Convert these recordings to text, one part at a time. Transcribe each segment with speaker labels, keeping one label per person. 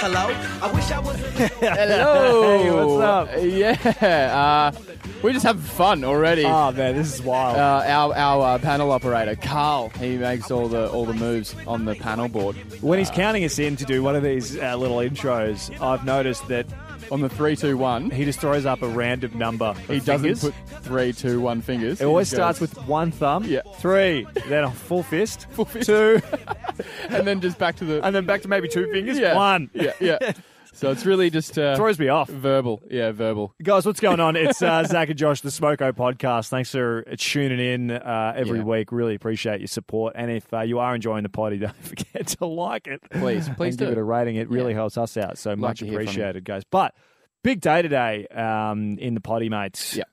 Speaker 1: hello. I wish I was.
Speaker 2: Hello.
Speaker 3: Hey, what's up?
Speaker 2: Yeah. Uh, we're just having fun already.
Speaker 3: Oh man, this is wild.
Speaker 2: Uh, our our uh, panel operator, Carl, he makes all the all the moves on the panel board.
Speaker 3: when he's counting us in to do one of these uh, little intros, I've noticed that
Speaker 2: On the three, two, one,
Speaker 3: he just throws up a random number. of
Speaker 2: he doesn't
Speaker 3: fingers.
Speaker 2: put three, two, one fingers.
Speaker 3: It always
Speaker 2: He
Speaker 3: starts
Speaker 2: goes-
Speaker 3: with one thumb,
Speaker 2: Yeah.
Speaker 3: three, then a full fist,
Speaker 2: Full fist.
Speaker 3: two,
Speaker 2: and then just back to the
Speaker 3: and then back to maybe two fingers,
Speaker 2: yeah,
Speaker 3: one.
Speaker 2: Yeah, yeah. So it's really just uh,
Speaker 3: Throws me off.
Speaker 2: verbal. Yeah, verbal.
Speaker 3: Guys, what's going on? It's uh, Zach and Josh, the Smoko podcast. Thanks for tuning in uh, every
Speaker 2: Yeah.
Speaker 3: week. Really appreciate your support. And if uh, you are enjoying the potty, don't forget to like it.
Speaker 2: Please, please
Speaker 3: and give
Speaker 2: do.
Speaker 3: it a rating. It really
Speaker 2: Yeah.
Speaker 3: helps us out. So much
Speaker 2: to hear from you.
Speaker 3: appreciated, guys. But big day today um, in the potty, mates.
Speaker 2: Yeah.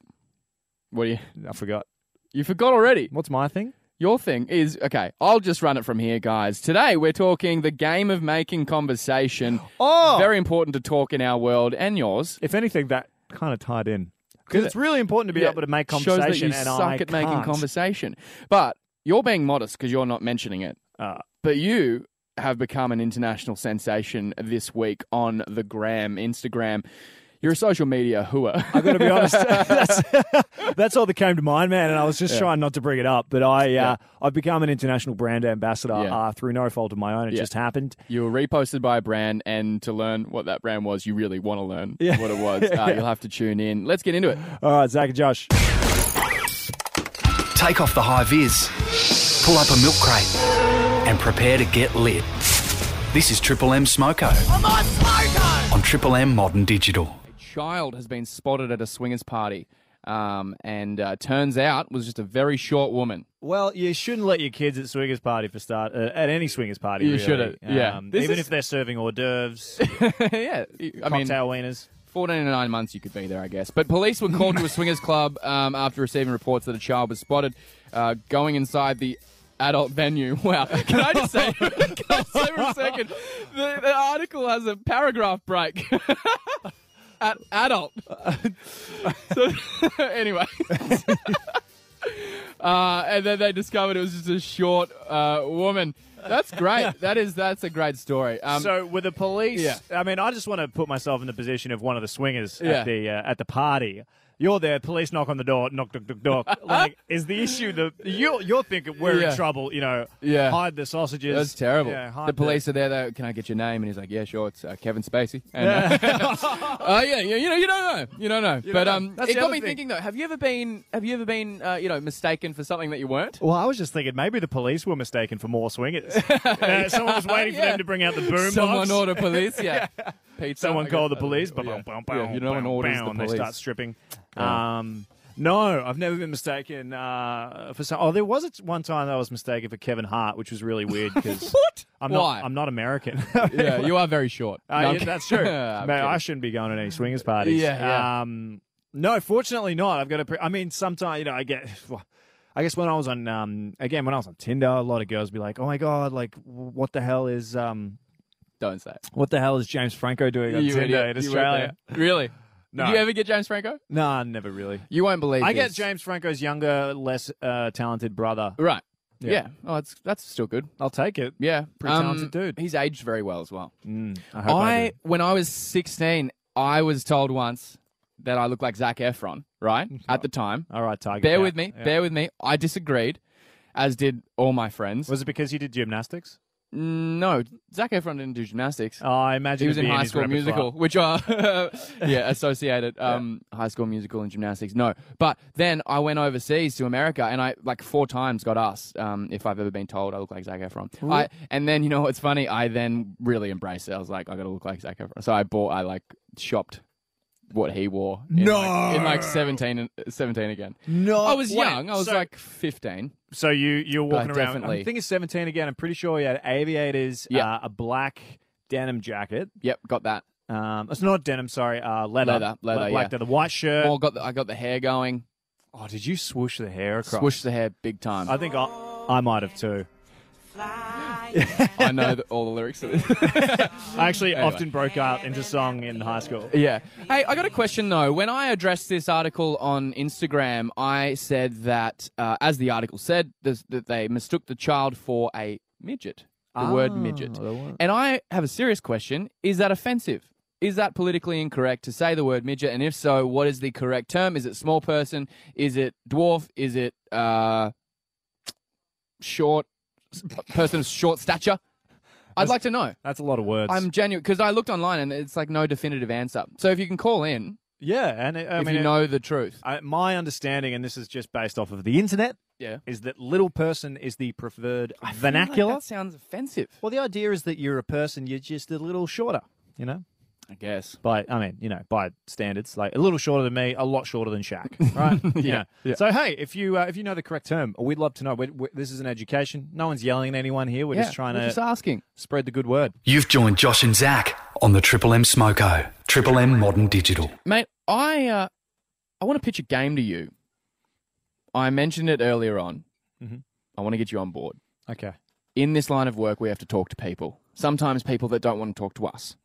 Speaker 2: What do you?
Speaker 3: I forgot.
Speaker 2: You forgot already.
Speaker 3: What's my thing?
Speaker 2: Your thing is okay. I'll just run it from here, guys. Today we're talking the game of making conversation.
Speaker 3: Oh,
Speaker 2: Very important to talk in our world and yours.
Speaker 3: if anything, that kind of tied in because it's really important to be
Speaker 2: Yeah,
Speaker 3: able to make
Speaker 2: shows
Speaker 3: conversation.
Speaker 2: that you
Speaker 3: and
Speaker 2: suck
Speaker 3: I
Speaker 2: at
Speaker 3: can't.
Speaker 2: making conversation. But you're being modest because you're not mentioning it.
Speaker 3: Uh,
Speaker 2: But you have become an international sensation this week on the gram, Instagram. You're a social media hooer.
Speaker 3: I got to be honest. that's, that's all that came to mind, man. And I was just trying not to bring it up, but I uh,
Speaker 2: Yeah.
Speaker 3: I've become an international brand ambassador
Speaker 2: Yeah.
Speaker 3: uh, through no fault of my own. It
Speaker 2: Yeah.
Speaker 3: just happened.
Speaker 2: you were reposted by a brand, and to learn what that brand was, you really want to learn
Speaker 3: Yeah.
Speaker 2: what it was. Uh, You'll have to tune in. Let's get into it.
Speaker 3: All right, Zach and Josh.
Speaker 1: Take off the high vis, pull up a milk crate, and prepare to get lit. This is Triple M Smoko. I'm on Smoko! On Triple M Modern Digital.
Speaker 2: child has been spotted at a swingers party, um, and uh, turns out was just a very short woman.
Speaker 3: Well, you shouldn't let your kids at swingers party for start uh, at any swingers party.
Speaker 2: You
Speaker 3: really.
Speaker 2: shouldn't, yeah.
Speaker 3: Um,
Speaker 2: This
Speaker 3: even
Speaker 2: is-
Speaker 3: if they're serving hors d'oeuvres,
Speaker 2: yeah, I mean,
Speaker 3: cocktail wieners.
Speaker 2: 14 and 9 months you could be there, I guess. But police were called to a swingers club um, after receiving reports that a child was spotted uh, going inside the adult venue. Wow. Can I just say, can I just say for a second, the, the article has a paragraph break. At adult. So, anyway. Uh, and then they discovered it was just a short uh, woman. That's great. That is that's a great story. Um,
Speaker 3: so with the police,
Speaker 2: yeah.
Speaker 3: I mean, I just want to put myself in the position of one of the swingers
Speaker 2: Yeah.
Speaker 3: at the uh, at the party. You're there, police knock on the door, knock, knock, knock, knock. like, is the issue the you you're thinking we're
Speaker 2: Yeah.
Speaker 3: in trouble? You know,
Speaker 2: Yeah.
Speaker 3: hide the sausages.
Speaker 2: That's terrible.
Speaker 3: Yeah, hide
Speaker 2: the police are there. Though, can I get your name? And he's like, Yeah, sure. It's uh, Kevin Spacey. And, uh, uh, yeah, yeah, you know, you don't know, you don't know. but
Speaker 3: don't know.
Speaker 2: um,
Speaker 3: That's
Speaker 2: it
Speaker 3: the
Speaker 2: got
Speaker 3: other
Speaker 2: me
Speaker 3: thing.
Speaker 2: thinking though. Have you ever been? Have you ever been? Uh, you know, mistaken for something that you weren't?
Speaker 3: Well, I was just thinking maybe the police were mistaken for more swingers. Uh, Someone was waiting for
Speaker 2: Yeah.
Speaker 3: them to bring out the boom
Speaker 2: Someone
Speaker 3: box.
Speaker 2: order police. Yeah. Pizza,
Speaker 3: Someone
Speaker 2: I
Speaker 3: called the
Speaker 2: guess.
Speaker 3: police.
Speaker 2: Yeah.
Speaker 3: Boom, boom, boom,
Speaker 2: Yeah, you know,
Speaker 3: boom,
Speaker 2: no one orders
Speaker 3: boom,
Speaker 2: the
Speaker 3: and
Speaker 2: police.
Speaker 3: They start stripping. Um, no, I've never been mistaken uh, for some. Oh, there was a- one time that I was mistaken for Kevin Hart, which was really weird because
Speaker 2: What?
Speaker 3: I'm
Speaker 2: Why?
Speaker 3: not. I'm not American.
Speaker 2: yeah, you are very short.
Speaker 3: Uh,
Speaker 2: No, I'm
Speaker 3: yeah,
Speaker 2: kid-
Speaker 3: that's true.
Speaker 2: I'm
Speaker 3: Man, I
Speaker 2: kidding.
Speaker 3: shouldn't be going to any swingers parties.
Speaker 2: Yeah, yeah.
Speaker 3: Um, no, fortunately not. I've got a. Pre- I mean, sometimes you know, I get. I guess when I was on, um, again, when I was on Tinder, a lot of girls be like, "Oh my god, like, w- what the hell is, um,
Speaker 2: Don't say. It.
Speaker 3: what the hell is James Franco doing on
Speaker 2: You
Speaker 3: Tinder
Speaker 2: idiot.
Speaker 3: in
Speaker 2: You weren't
Speaker 3: Australia?"
Speaker 2: there. Really?
Speaker 3: No.
Speaker 2: Did you ever get James Franco?
Speaker 3: Nah, never really.
Speaker 2: You won't believe.
Speaker 3: I get
Speaker 2: this.
Speaker 3: James Franco's younger, less uh, talented brother.
Speaker 2: Right.
Speaker 3: Yeah.
Speaker 2: Yeah. Oh, that's that's still good.
Speaker 3: I'll take it.
Speaker 2: Yeah. um,
Speaker 3: Pretty talented dude.
Speaker 2: He's aged very well as well.
Speaker 3: Mm, I hope I,
Speaker 2: I, when I was 16, I was told once that I looked like Zach Efron, right? At the time.
Speaker 3: do. All right, Tiger.
Speaker 2: Bear
Speaker 3: Cat.
Speaker 2: with me.
Speaker 3: Yeah.
Speaker 2: Bear with me. I disagreed, as did all my friends.
Speaker 3: Was it because you did gymnastics?
Speaker 2: no, Zach Efron didn't do gymnastics.
Speaker 3: Oh, I imagine
Speaker 2: he was
Speaker 3: it'd
Speaker 2: in
Speaker 3: be
Speaker 2: High
Speaker 3: his
Speaker 2: School
Speaker 3: repertoire.
Speaker 2: Musical, which are yeah associated um, High School Musical and gymnastics. No, but then I went overseas to America, and I like four times got asked um, if I've ever been told I look like Zac Efron. I, and then you know what's funny? I then really embraced it. I was like, I gotta look like Zac Efron. So I bought, I like shopped what he wore. In like, in like 17, and- 17 again.
Speaker 3: No,
Speaker 2: I was
Speaker 3: Wait,
Speaker 2: young. I was
Speaker 3: so-
Speaker 2: like fifteen.
Speaker 3: So you you're walking around.
Speaker 2: definitely.
Speaker 3: I think it's 17 again. I'm pretty sure he had aviators,
Speaker 2: Yeah.
Speaker 3: uh, a black denim jacket.
Speaker 2: Yep, got that.
Speaker 3: Um, it's not denim, sorry, uh, leather,
Speaker 2: Leather, leather,
Speaker 3: Like
Speaker 2: yeah.
Speaker 3: the, the white shirt.
Speaker 2: Or got the, I got the hair going.
Speaker 3: Oh, did you swoosh the hair across?
Speaker 2: Swoosh the hair big time.
Speaker 3: I think I, I might have too.
Speaker 2: I know the, all the lyrics to this.
Speaker 3: I actually often broke out into song in high school.
Speaker 2: Yeah. Hey, I got a question though. When I addressed this article on Instagram, I said that, uh, as the article said, this, that they mistook the child for a midget. the word midget. And I have a serious question is that offensive? Is that politically incorrect to say the word midget? And if so, what is the correct term? Is it small person? Is it dwarf? Is it uh, short? Person of short stature? I'd like to know.
Speaker 3: That's a lot of words.
Speaker 2: I'm genuine because I looked online and it's like no definitive answer. So if you can call in,
Speaker 3: yeah, and it, I
Speaker 2: if
Speaker 3: mean,
Speaker 2: you
Speaker 3: it-
Speaker 2: know the truth,
Speaker 3: I, my understanding, and this is just based off of the internet,
Speaker 2: yeah.
Speaker 3: is that little person is the preferred
Speaker 2: I feel
Speaker 3: vernacular.
Speaker 2: like that sounds offensive.
Speaker 3: well, the idea is that you're a person, you're just a little shorter, you know?
Speaker 2: I guess.
Speaker 3: By, I mean, you know, by standards, like a little shorter than me, a lot shorter than Shaq, right? yeah.
Speaker 2: yeah.
Speaker 3: So hey, if you uh, if you know the correct term, we'd love to know. we we this is an education. No one's yelling at anyone here. We're
Speaker 2: yeah,
Speaker 3: just trying
Speaker 2: we're
Speaker 3: to
Speaker 2: just asking.
Speaker 3: spread the good word.
Speaker 1: You've joined Josh and Zach on the Triple M Smoko, Triple M Modern Digital.
Speaker 2: Mate, I uh, I want to pitch a game to you. I mentioned it earlier on.
Speaker 3: Mhm.
Speaker 2: I want to get you on board.
Speaker 3: Okay.
Speaker 2: In this line of work, we have to talk to people. Sometimes people that don't want to talk to us.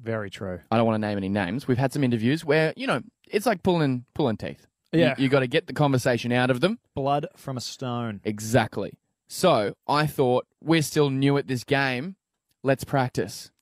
Speaker 3: Very true.
Speaker 2: I don't want to name any names. We've had some interviews where you know it's like pulling pulling teeth. You-
Speaker 3: Yeah.
Speaker 2: you got to get the conversation out of them.
Speaker 3: Blood from a stone.
Speaker 2: Exactly. So I thought we're still new at this game. Let's practice.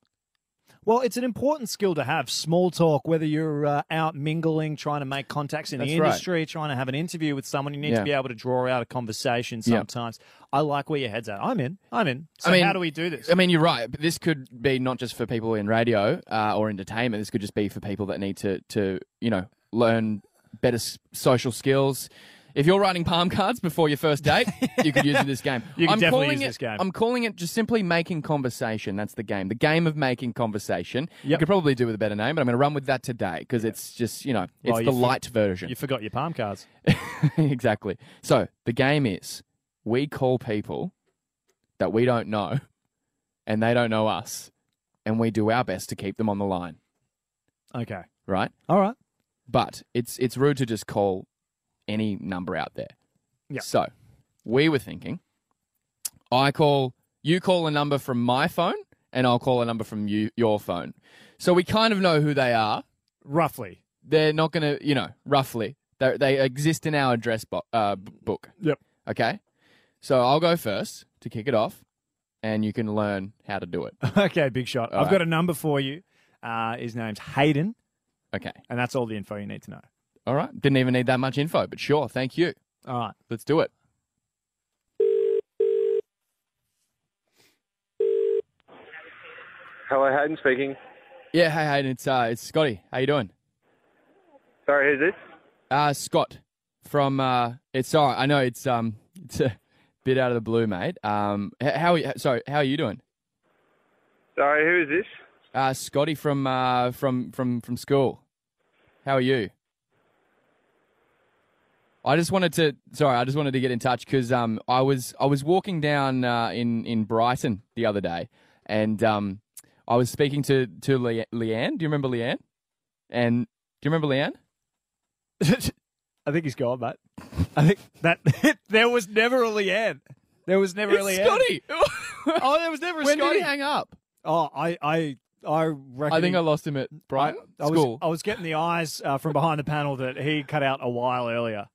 Speaker 3: Well, it's an important skill to have small talk, whether you're uh, out mingling, trying to make contacts in the
Speaker 2: That's right.
Speaker 3: industry, trying to have an interview with someone. You need
Speaker 2: Yeah.
Speaker 3: to be able to draw out a conversation
Speaker 2: Yeah.
Speaker 3: sometimes. I like where your head's at. I'm in. I'm in. So,
Speaker 2: I mean-
Speaker 3: how do we do this?
Speaker 2: I mean, you're right. But this could be not just for people in radio uh, or entertainment. This could just be for people that need to, to you know, learn better s- social skills. If you're writing palm cards before your first date, you could use this game.
Speaker 3: You could
Speaker 2: I'm
Speaker 3: definitely
Speaker 2: calling
Speaker 3: use
Speaker 2: it,
Speaker 3: this game.
Speaker 2: I'm calling it just simply making conversation. That's the game. The game of making conversation. You
Speaker 3: Yep.
Speaker 2: could probably do with a better name, but I'm going to run with that today because it's just, you know, it's
Speaker 3: Well, you
Speaker 2: the
Speaker 3: think-
Speaker 2: light version.
Speaker 3: You forgot your palm cards.
Speaker 2: exactly. So the game is we call people that we don't know and they don't know us and we do our best to keep them on the line,
Speaker 3: Okay.
Speaker 2: right?
Speaker 3: All right.
Speaker 2: But it's it's rude to just call any number out there.
Speaker 3: Yeah.
Speaker 2: So we were thinking I call you call a number from my phone and I'll call a number from you your phone. So we kind of know who they are.
Speaker 3: Roughly.
Speaker 2: They're not going to, you know, roughly. They they exist in our address bo- uh, b- book.
Speaker 3: Yep.
Speaker 2: Okay. So I'll go first to kick it off, and you can learn how to do it.
Speaker 3: Okay, big shot.
Speaker 2: All
Speaker 3: I've
Speaker 2: right.
Speaker 3: got a number for you. Uh, his name's Hayden,
Speaker 2: Okay.
Speaker 3: and that's all the info you need to know.
Speaker 2: All right. Didn't even need that much info, but sure. Thank you.
Speaker 3: All right.
Speaker 2: Let's do it.
Speaker 4: Hello, Hayden speaking.
Speaker 2: Yeah. Hey, Hayden. It's uh, it's Scotty. How you doing?
Speaker 4: Sorry, who's this?
Speaker 2: Uh, Scott from uh, it's all right. I know it's um, it's a bit out of the blue, mate. Um, h- how are you, sorry? How are you doing?
Speaker 4: Sorry, who is this?
Speaker 2: Uh, Scotty from uh, from from from school. How are you? I just wanted to sorry, I just wanted to get in touch because um, I was I was walking down uh, in in Brighton the other day, and um, I was speaking to to Le- Leanne. Do you remember Leanne? And do you remember Leanne?
Speaker 3: I think he's gone, mate. I think that there was never a Leanne. There was never a Leanne.
Speaker 2: Scotty.
Speaker 3: Oh, there was never a
Speaker 2: when did
Speaker 3: Scotty.
Speaker 2: he hang up?
Speaker 3: Oh, I, I, I reckon.
Speaker 2: I think I lost him at Brighton
Speaker 3: I was, oh,
Speaker 2: school.
Speaker 3: I was getting the eyes uh, from behind the panel that he cut out a while earlier.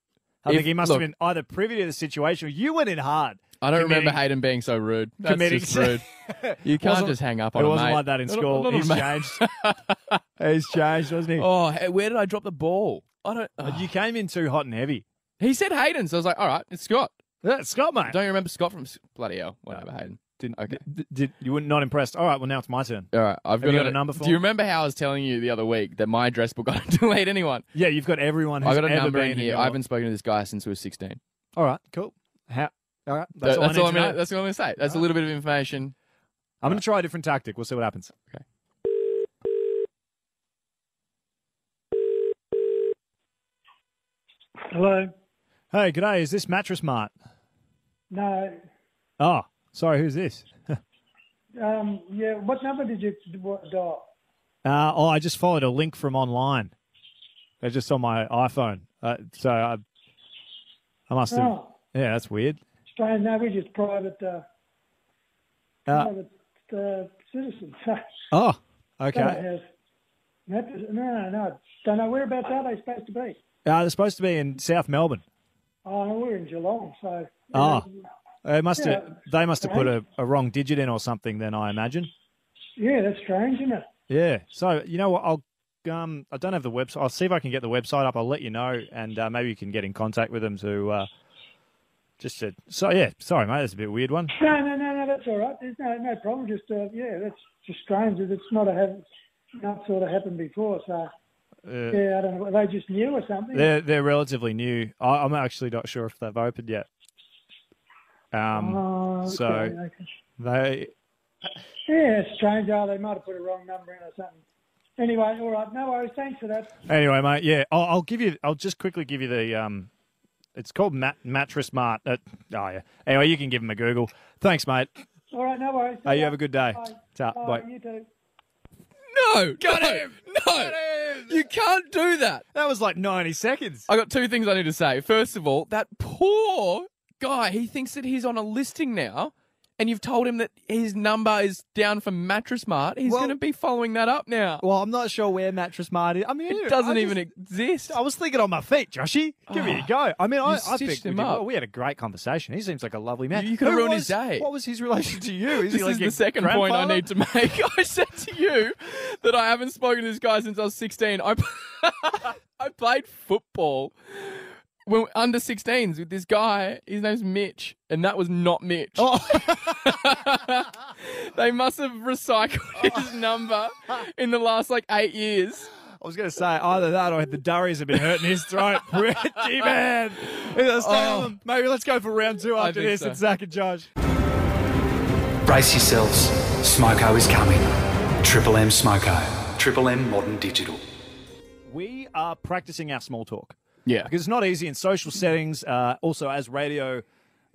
Speaker 3: I
Speaker 2: If-
Speaker 3: think he must
Speaker 2: look-
Speaker 3: have been either privy to the situation or you went in hard.
Speaker 2: I don't remember
Speaker 3: committing-
Speaker 2: Hayden being so rude. That's
Speaker 3: committing-
Speaker 2: just rude. You can't
Speaker 3: Wasn't-
Speaker 2: just hang up
Speaker 3: It
Speaker 2: on a
Speaker 3: wasn't
Speaker 2: mate.
Speaker 3: like that in
Speaker 2: Not a-
Speaker 3: school.
Speaker 2: not a
Speaker 3: He's
Speaker 2: mate.
Speaker 3: changed. He's changed, wasn't he?
Speaker 2: Oh, hey, where did I drop the ball? I don't.
Speaker 3: But You came in too hot and heavy.
Speaker 2: he said Hayden, so I was like, all right, it's Scott.
Speaker 3: Yeah, Scott, mate.
Speaker 2: Don't you remember Scott from bloody hell? Whatever, Hayden.
Speaker 3: Didn't-
Speaker 2: Okay.
Speaker 3: d- did, you were not impressed. All right, well, now it's my turn.
Speaker 2: All right, I've
Speaker 3: Have you got a number for
Speaker 2: Do you
Speaker 3: him?
Speaker 2: remember how I was telling you the other week that my address book I don't delete anyone?
Speaker 3: Yeah, you've got everyone who's
Speaker 2: I got a
Speaker 3: ever
Speaker 2: number
Speaker 3: been
Speaker 2: in
Speaker 3: your
Speaker 2: here. I
Speaker 3: life.
Speaker 2: haven't spoken to this guy since we were sixteen.
Speaker 3: All right, cool. How, all right, that's
Speaker 2: So
Speaker 3: all I need
Speaker 2: I'm
Speaker 3: to
Speaker 2: gonna,
Speaker 3: know.
Speaker 2: that's all I'm gonna say. That's a little bit of information.
Speaker 3: I'm going to try a different tactic. We'll see what happens.
Speaker 2: Okay.
Speaker 5: Hello.
Speaker 3: Hey, g'day. Is this Mattress Mart?
Speaker 5: No.
Speaker 3: Oh, sorry. Who's this?
Speaker 5: Um, yeah. What number did you what, dial?
Speaker 3: Uh, oh, I just followed a link from online. They're just on my iPhone. Uh, so I, I must have.
Speaker 5: Oh,
Speaker 3: Yeah, that's weird.
Speaker 5: strange. No, we're just private, uh,
Speaker 3: Uh,
Speaker 5: private uh, citizens.
Speaker 3: oh,
Speaker 5: Don't
Speaker 3: okay.
Speaker 5: have- that is- no, no, no. Don't know whereabouts are they supposed to be.
Speaker 3: Uh, they're supposed to be in South Melbourne.
Speaker 5: Oh, no, we're in Geelong, so.
Speaker 3: Ah.
Speaker 5: Um,
Speaker 3: They must have
Speaker 5: Yeah.
Speaker 3: they must have put a, a wrong digit in or something. Then I imagine.
Speaker 5: Yeah, that's strange, isn't it?
Speaker 3: Yeah. So you know what? I'll um I don't have the website. I'll see if I can get the website up. I'll let you know, and uh, maybe you can get in contact with them to uh, just to. So yeah, sorry mate, that's a bit weird one.
Speaker 5: No, no, no, no. That's all right. There's no no problem. Just uh, yeah, that's just strange. that It's not a have not sort of happened before. So
Speaker 3: Uh,
Speaker 5: yeah, I don't know. They just knew or something.
Speaker 3: they're they're relatively new. I, I'm actually not sure if they've opened yet. Um,
Speaker 5: Oh,
Speaker 3: so-
Speaker 5: okay, okay.
Speaker 3: they
Speaker 5: yeah, it's strange. Oh, they might have put a wrong number in or something. Anyway, all right. No worries. Thanks for that.
Speaker 3: Anyway, mate, yeah, I'll, I'll give you. I'll just quickly give you the. Um, it's called Mat- Mattress Mart. Uh, oh yeah. Anyway, you can give him a Google. Thanks, mate.
Speaker 5: All right. No worries.
Speaker 3: Hey, you have a good day.
Speaker 5: Bye.
Speaker 3: Ta,
Speaker 5: Bye.
Speaker 3: bye.
Speaker 5: You too.
Speaker 2: No, got no, him. No, you can't do that.
Speaker 3: That was like ninety seconds.
Speaker 2: I got two things I need to say. First of all, that poor guy, he thinks that he's on a listing now, and you've told him that his number is down for Mattress Mart. He's
Speaker 3: Well-
Speaker 2: going to be following that up now.
Speaker 3: Well, I'm not sure where Mattress Mart is. I mean,
Speaker 2: it doesn't
Speaker 3: I
Speaker 2: even
Speaker 3: just-
Speaker 2: exist.
Speaker 3: I was thinking on my feet, Joshy. Give me a go. I mean, I, I
Speaker 2: stitched
Speaker 3: think we,
Speaker 2: him
Speaker 3: did
Speaker 2: up.
Speaker 3: well. we had a great conversation. He seems like a lovely man.
Speaker 2: You- you could've
Speaker 3: Who
Speaker 2: ruined
Speaker 3: was-
Speaker 2: his day.
Speaker 3: What was his relation to you? Is
Speaker 2: This
Speaker 3: he like
Speaker 2: is
Speaker 3: your
Speaker 2: the second point I
Speaker 3: grandfather?
Speaker 2: need to make. I said to you that I haven't spoken to this guy since I was 16. I, I played football when, under 16s with this guy. His name's Mitch, and that was not Mitch.
Speaker 3: Oh.
Speaker 2: they must have
Speaker 3: Oh.
Speaker 2: recycled his number in the last like eight years.
Speaker 3: I was going to say either that or the durries have been hurting his throat. Richie, man. Let's stay on
Speaker 2: Oh.
Speaker 3: them. Maybe let's go for round two
Speaker 2: I
Speaker 3: after
Speaker 2: think
Speaker 3: this.
Speaker 2: so.
Speaker 3: It's Zach and Josh.
Speaker 1: Brace yourselves. Smoko is coming. Triple M Smoko. Triple M Modern Digital.
Speaker 3: We are practicing our small talk
Speaker 2: Yeah.
Speaker 3: because it's not easy in social settings. Uh, also, as radio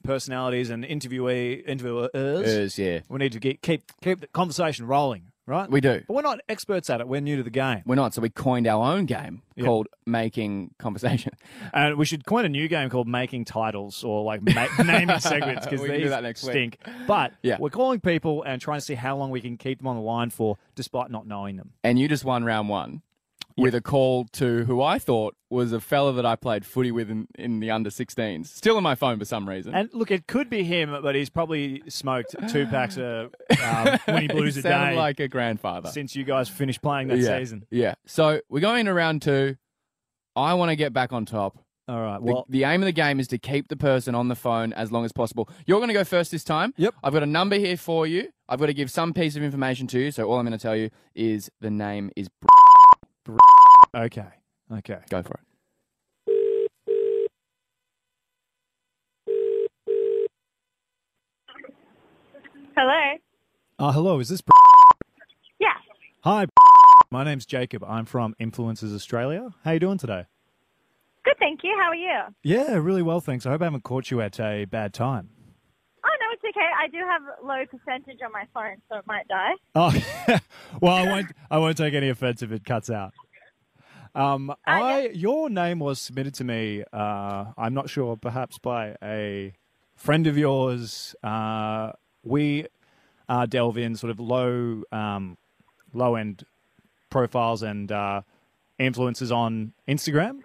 Speaker 3: personalities and interviewee interviewers,
Speaker 2: yeah.
Speaker 3: we need to get, keep keep the conversation rolling, right?
Speaker 2: We do.
Speaker 3: but we're not experts at it. We're new to the game,
Speaker 2: We're not, so we coined our own game
Speaker 3: Yeah.
Speaker 2: called Making Conversation.
Speaker 3: and we should coin a new game called making titles or like ma- naming segments because
Speaker 2: We can do
Speaker 3: these
Speaker 2: that next week.
Speaker 3: stink. But
Speaker 2: Yeah.
Speaker 3: we're calling people and trying to see how long we can keep them on the line for, despite not knowing them.
Speaker 2: and you just won round one with a call to who I thought was a fella that I played footy with in, in the under 16s. Still in my phone for some reason.
Speaker 3: And look, it could be him, but he's probably smoked two packs of um, Winnie Blues
Speaker 2: He
Speaker 3: a
Speaker 2: sounded
Speaker 3: day
Speaker 2: like a grandfather.
Speaker 3: since you guys finished playing that
Speaker 2: yeah.
Speaker 3: season.
Speaker 2: Yeah. So we're going into round two. I want to get back on top.
Speaker 3: All right.
Speaker 2: The,
Speaker 3: Well,
Speaker 2: the aim of the game is to keep the person on the phone as long as possible. You're going to go first this time.
Speaker 3: Yep.
Speaker 2: I've got a number here for you. I've got to give some piece of information to you. So all I'm going to tell you is the name is. Br-
Speaker 3: okay. Okay.
Speaker 2: Go for it.
Speaker 6: Hello.
Speaker 3: Uh, hello, is this.
Speaker 6: Yeah.
Speaker 3: Hi, my name's Jacob. I'm from Influencers Australia. How you doing today?
Speaker 6: Good, thank you. How are you?
Speaker 3: Yeah, really well, thanks. I hope I haven't caught you at a bad time.
Speaker 6: Oh no, it's okay. I do have low percentage on my phone, so it might die.
Speaker 3: Oh, well, I won't. I won't take any offense if it cuts out. Um, I your name was submitted to me. Uh, I'm not sure, perhaps by a friend of yours. Uh, we uh, delve in sort of low, um, low end profiles and uh, influences on Instagram,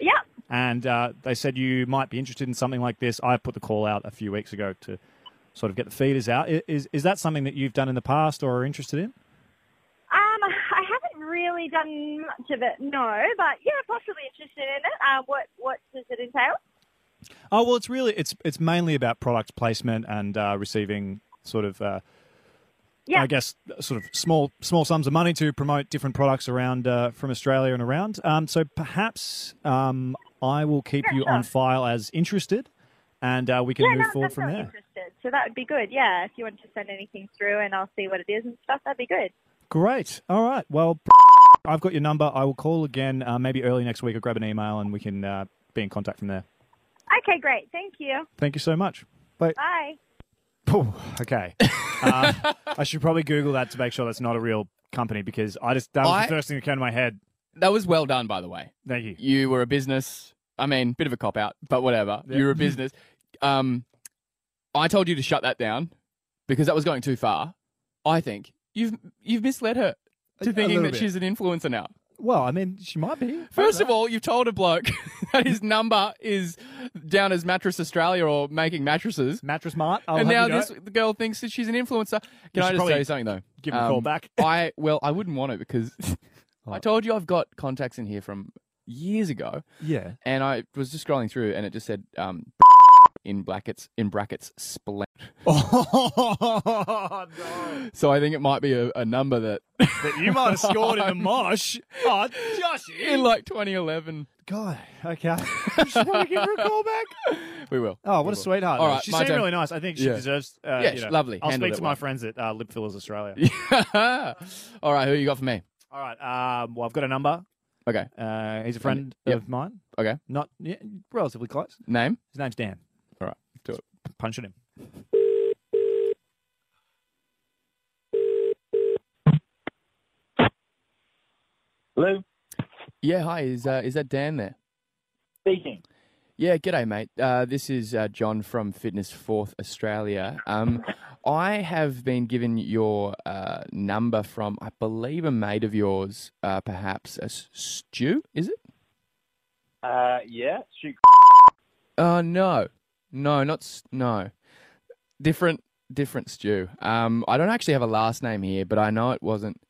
Speaker 6: Yep.
Speaker 3: and uh, they said you might be interested in something like this. I put the call out a few weeks ago to sort of get the feeders out. I- Is is that something that you've done in the past or are interested in?
Speaker 6: Um, I haven't really done much of it, no, but yeah, possibly interested in it. Uh, what what does it entail?
Speaker 3: Oh well, it's really it's it's mainly about product placement and uh, receiving sort of uh,
Speaker 6: Yeah.
Speaker 3: I guess sort of small small sums of money to promote different products around uh, from Australia and around. Um, so perhaps um, I will keep you on file as interested, and uh, we can
Speaker 6: yeah,
Speaker 3: move
Speaker 6: no,
Speaker 3: forward
Speaker 6: I'm
Speaker 3: from
Speaker 6: definitely
Speaker 3: there.
Speaker 6: interested. So that would be good. Yeah, if you want to send anything through, and I'll see what it is and stuff, that'd be good.
Speaker 3: Great. All right. Well, I've got your number. I will call again uh, maybe early next week. I'll grab an email and we can uh, be in contact from there.
Speaker 6: Okay, great. Thank you.
Speaker 3: Thank you so much. Bye.
Speaker 6: Bye.
Speaker 3: Phew, okay. Uh, I should probably Google that to make sure that's not a real company because I just that was
Speaker 2: I-
Speaker 3: the first thing that came to my head.
Speaker 2: That was well done, by the way.
Speaker 3: Thank you.
Speaker 2: you were a business. I mean, bit of a cop out, but whatever. You were a business. Um, I told you to shut that down because that was going too far. I think you've you've misled her to
Speaker 3: A- a
Speaker 2: thinking
Speaker 3: little
Speaker 2: that
Speaker 3: bit.
Speaker 2: she's an influencer now.
Speaker 3: Well, I mean, she might be.
Speaker 2: First of all, you've told a bloke that his number is down as Mattress Australia or making mattresses.
Speaker 3: Mattress Mart. I'll
Speaker 2: and
Speaker 3: have
Speaker 2: now
Speaker 3: you know.
Speaker 2: this the girl thinks that she's an influencer. Can I
Speaker 3: should
Speaker 2: just
Speaker 3: probably
Speaker 2: tell you something though? Um,
Speaker 3: give him a call back.
Speaker 2: I well, I wouldn't want to because I told you I've got contacts in here from years ago,
Speaker 3: Yeah.
Speaker 2: and I was just scrolling through, and it just said um, in brackets in brackets split.
Speaker 3: Oh no!
Speaker 2: So I think it might be a, a number that
Speaker 3: But you might have scored in the mosh. Oh, Josh!
Speaker 2: in like 2011
Speaker 3: God. Okay. Should we give her a call back?
Speaker 2: we will.
Speaker 3: Oh,
Speaker 2: We
Speaker 3: what a
Speaker 2: will.
Speaker 3: sweetheart!
Speaker 2: All
Speaker 3: though.
Speaker 2: right,
Speaker 3: she
Speaker 2: my
Speaker 3: seemed
Speaker 2: turn.
Speaker 3: really nice. I think she
Speaker 2: Yeah.
Speaker 3: deserves. Uh,
Speaker 2: Yeah,
Speaker 3: you know,
Speaker 2: lovely.
Speaker 3: I'll
Speaker 2: Handled
Speaker 3: speak
Speaker 2: it
Speaker 3: to my
Speaker 2: well.
Speaker 3: friends at uh, Lip Fillers Australia.
Speaker 2: All right, who you got for me?
Speaker 3: All right. Um, well, I've got a number.
Speaker 2: Okay,
Speaker 3: Uh, he's a friend
Speaker 2: Yep.
Speaker 3: of mine.
Speaker 2: okay.
Speaker 3: Not yeah, relatively close.
Speaker 2: Name?
Speaker 3: His name's Dan.
Speaker 2: All right, do it.
Speaker 3: Punching him.
Speaker 7: Hello,
Speaker 2: Yeah, hi. Is uh, is that Dan there?
Speaker 7: speaking.
Speaker 2: Yeah, g'day, mate. Uh, this is uh, John from Fitness Fourth Australia. Um, I have been given your uh, number from, I believe, a mate of yours, uh, perhaps a Stu. Is it?
Speaker 7: Uh, yeah, shoot.
Speaker 2: Uh, no, no, not S- no. Different, different Stu. Um, I don't actually have a last name here, but I know it wasn't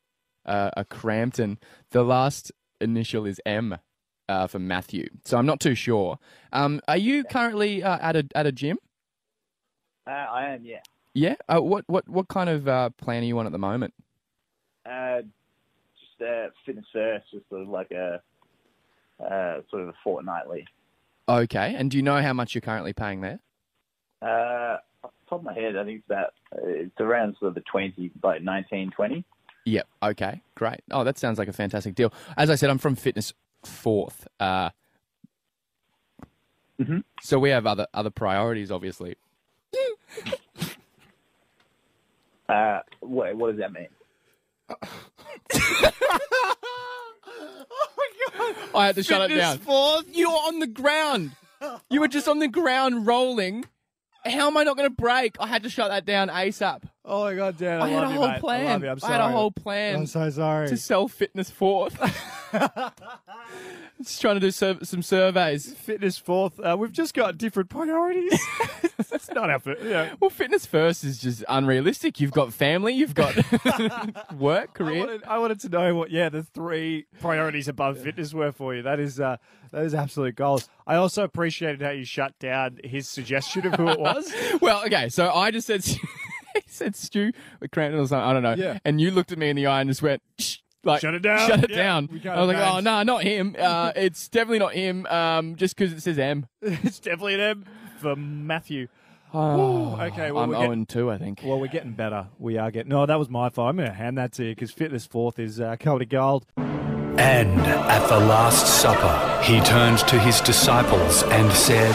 Speaker 2: uh, a Crampton. The last initial is M uh, for Matthew, so I'm not too sure. Um, are you currently uh, at a at a gym?
Speaker 7: Uh, I am, yeah.
Speaker 2: Yeah. Uh, what what what kind of uh, plan are you on at the moment?
Speaker 7: Uh, just uh, fitness first, just sort of like a uh, sort of a fortnightly.
Speaker 2: Okay. And do you know how much you're currently paying there?
Speaker 7: Uh, off the top of my head, I think it's about uh, it's around sort of the twenty, like nineteen, twenty.
Speaker 2: Yep. Okay. Great. Oh, that sounds like a fantastic deal. As I said, I'm from Fitness Fourth. Uh,
Speaker 3: Mm-hmm.
Speaker 7: Mhm.
Speaker 2: So we have other other priorities, obviously.
Speaker 7: Uh, what what does that mean?
Speaker 3: Oh
Speaker 2: I had to shut it down. You were on the ground. You were just on the ground rolling. How am I not going to break? I had to shut that down ASAP.
Speaker 3: Oh my God, Dan!
Speaker 2: I,
Speaker 3: I,
Speaker 2: had a
Speaker 3: love you,
Speaker 2: whole
Speaker 3: mate.
Speaker 2: plan.
Speaker 3: I love you. I'm sorry.
Speaker 2: had a whole plan.
Speaker 3: I'm so sorry.
Speaker 2: to sell fitness forth. Just trying to do sur- some surveys.
Speaker 3: Fitness fourth. Uh, we've just got different priorities. That's not our. fir- Yeah.
Speaker 2: Well, fitness first is just unrealistic. You've got family, you've got work,
Speaker 3: I
Speaker 2: career.
Speaker 3: wanted, I wanted to know what, yeah, the three priorities above fitness were for you. That is, uh, that is absolute goals. I also appreciated how you shut down his suggestion of who it was.
Speaker 2: Well, okay, so I just said, I said Stu with Crampton or something. I don't know.
Speaker 3: Yeah.
Speaker 2: And you looked at me in the eye and just went, Shh, like,
Speaker 3: Shut it down.
Speaker 2: Shut it
Speaker 3: Yeah,
Speaker 2: down.
Speaker 3: we can't
Speaker 2: I was like, oh, no,
Speaker 3: manage.
Speaker 2: not him. Uh, it's definitely not him um, just because it says M.
Speaker 3: it's definitely an M for Matthew.
Speaker 2: Oh,
Speaker 3: okay, well,
Speaker 2: I'm
Speaker 3: we're getting-
Speaker 2: 0 and 2, I think.
Speaker 3: Well, we're getting better. We are getting. No, that was my fault. I'm going to hand that to you because fitness fourth is uh, covered in gold.
Speaker 1: And at the Last Supper, he turned to his disciples and said,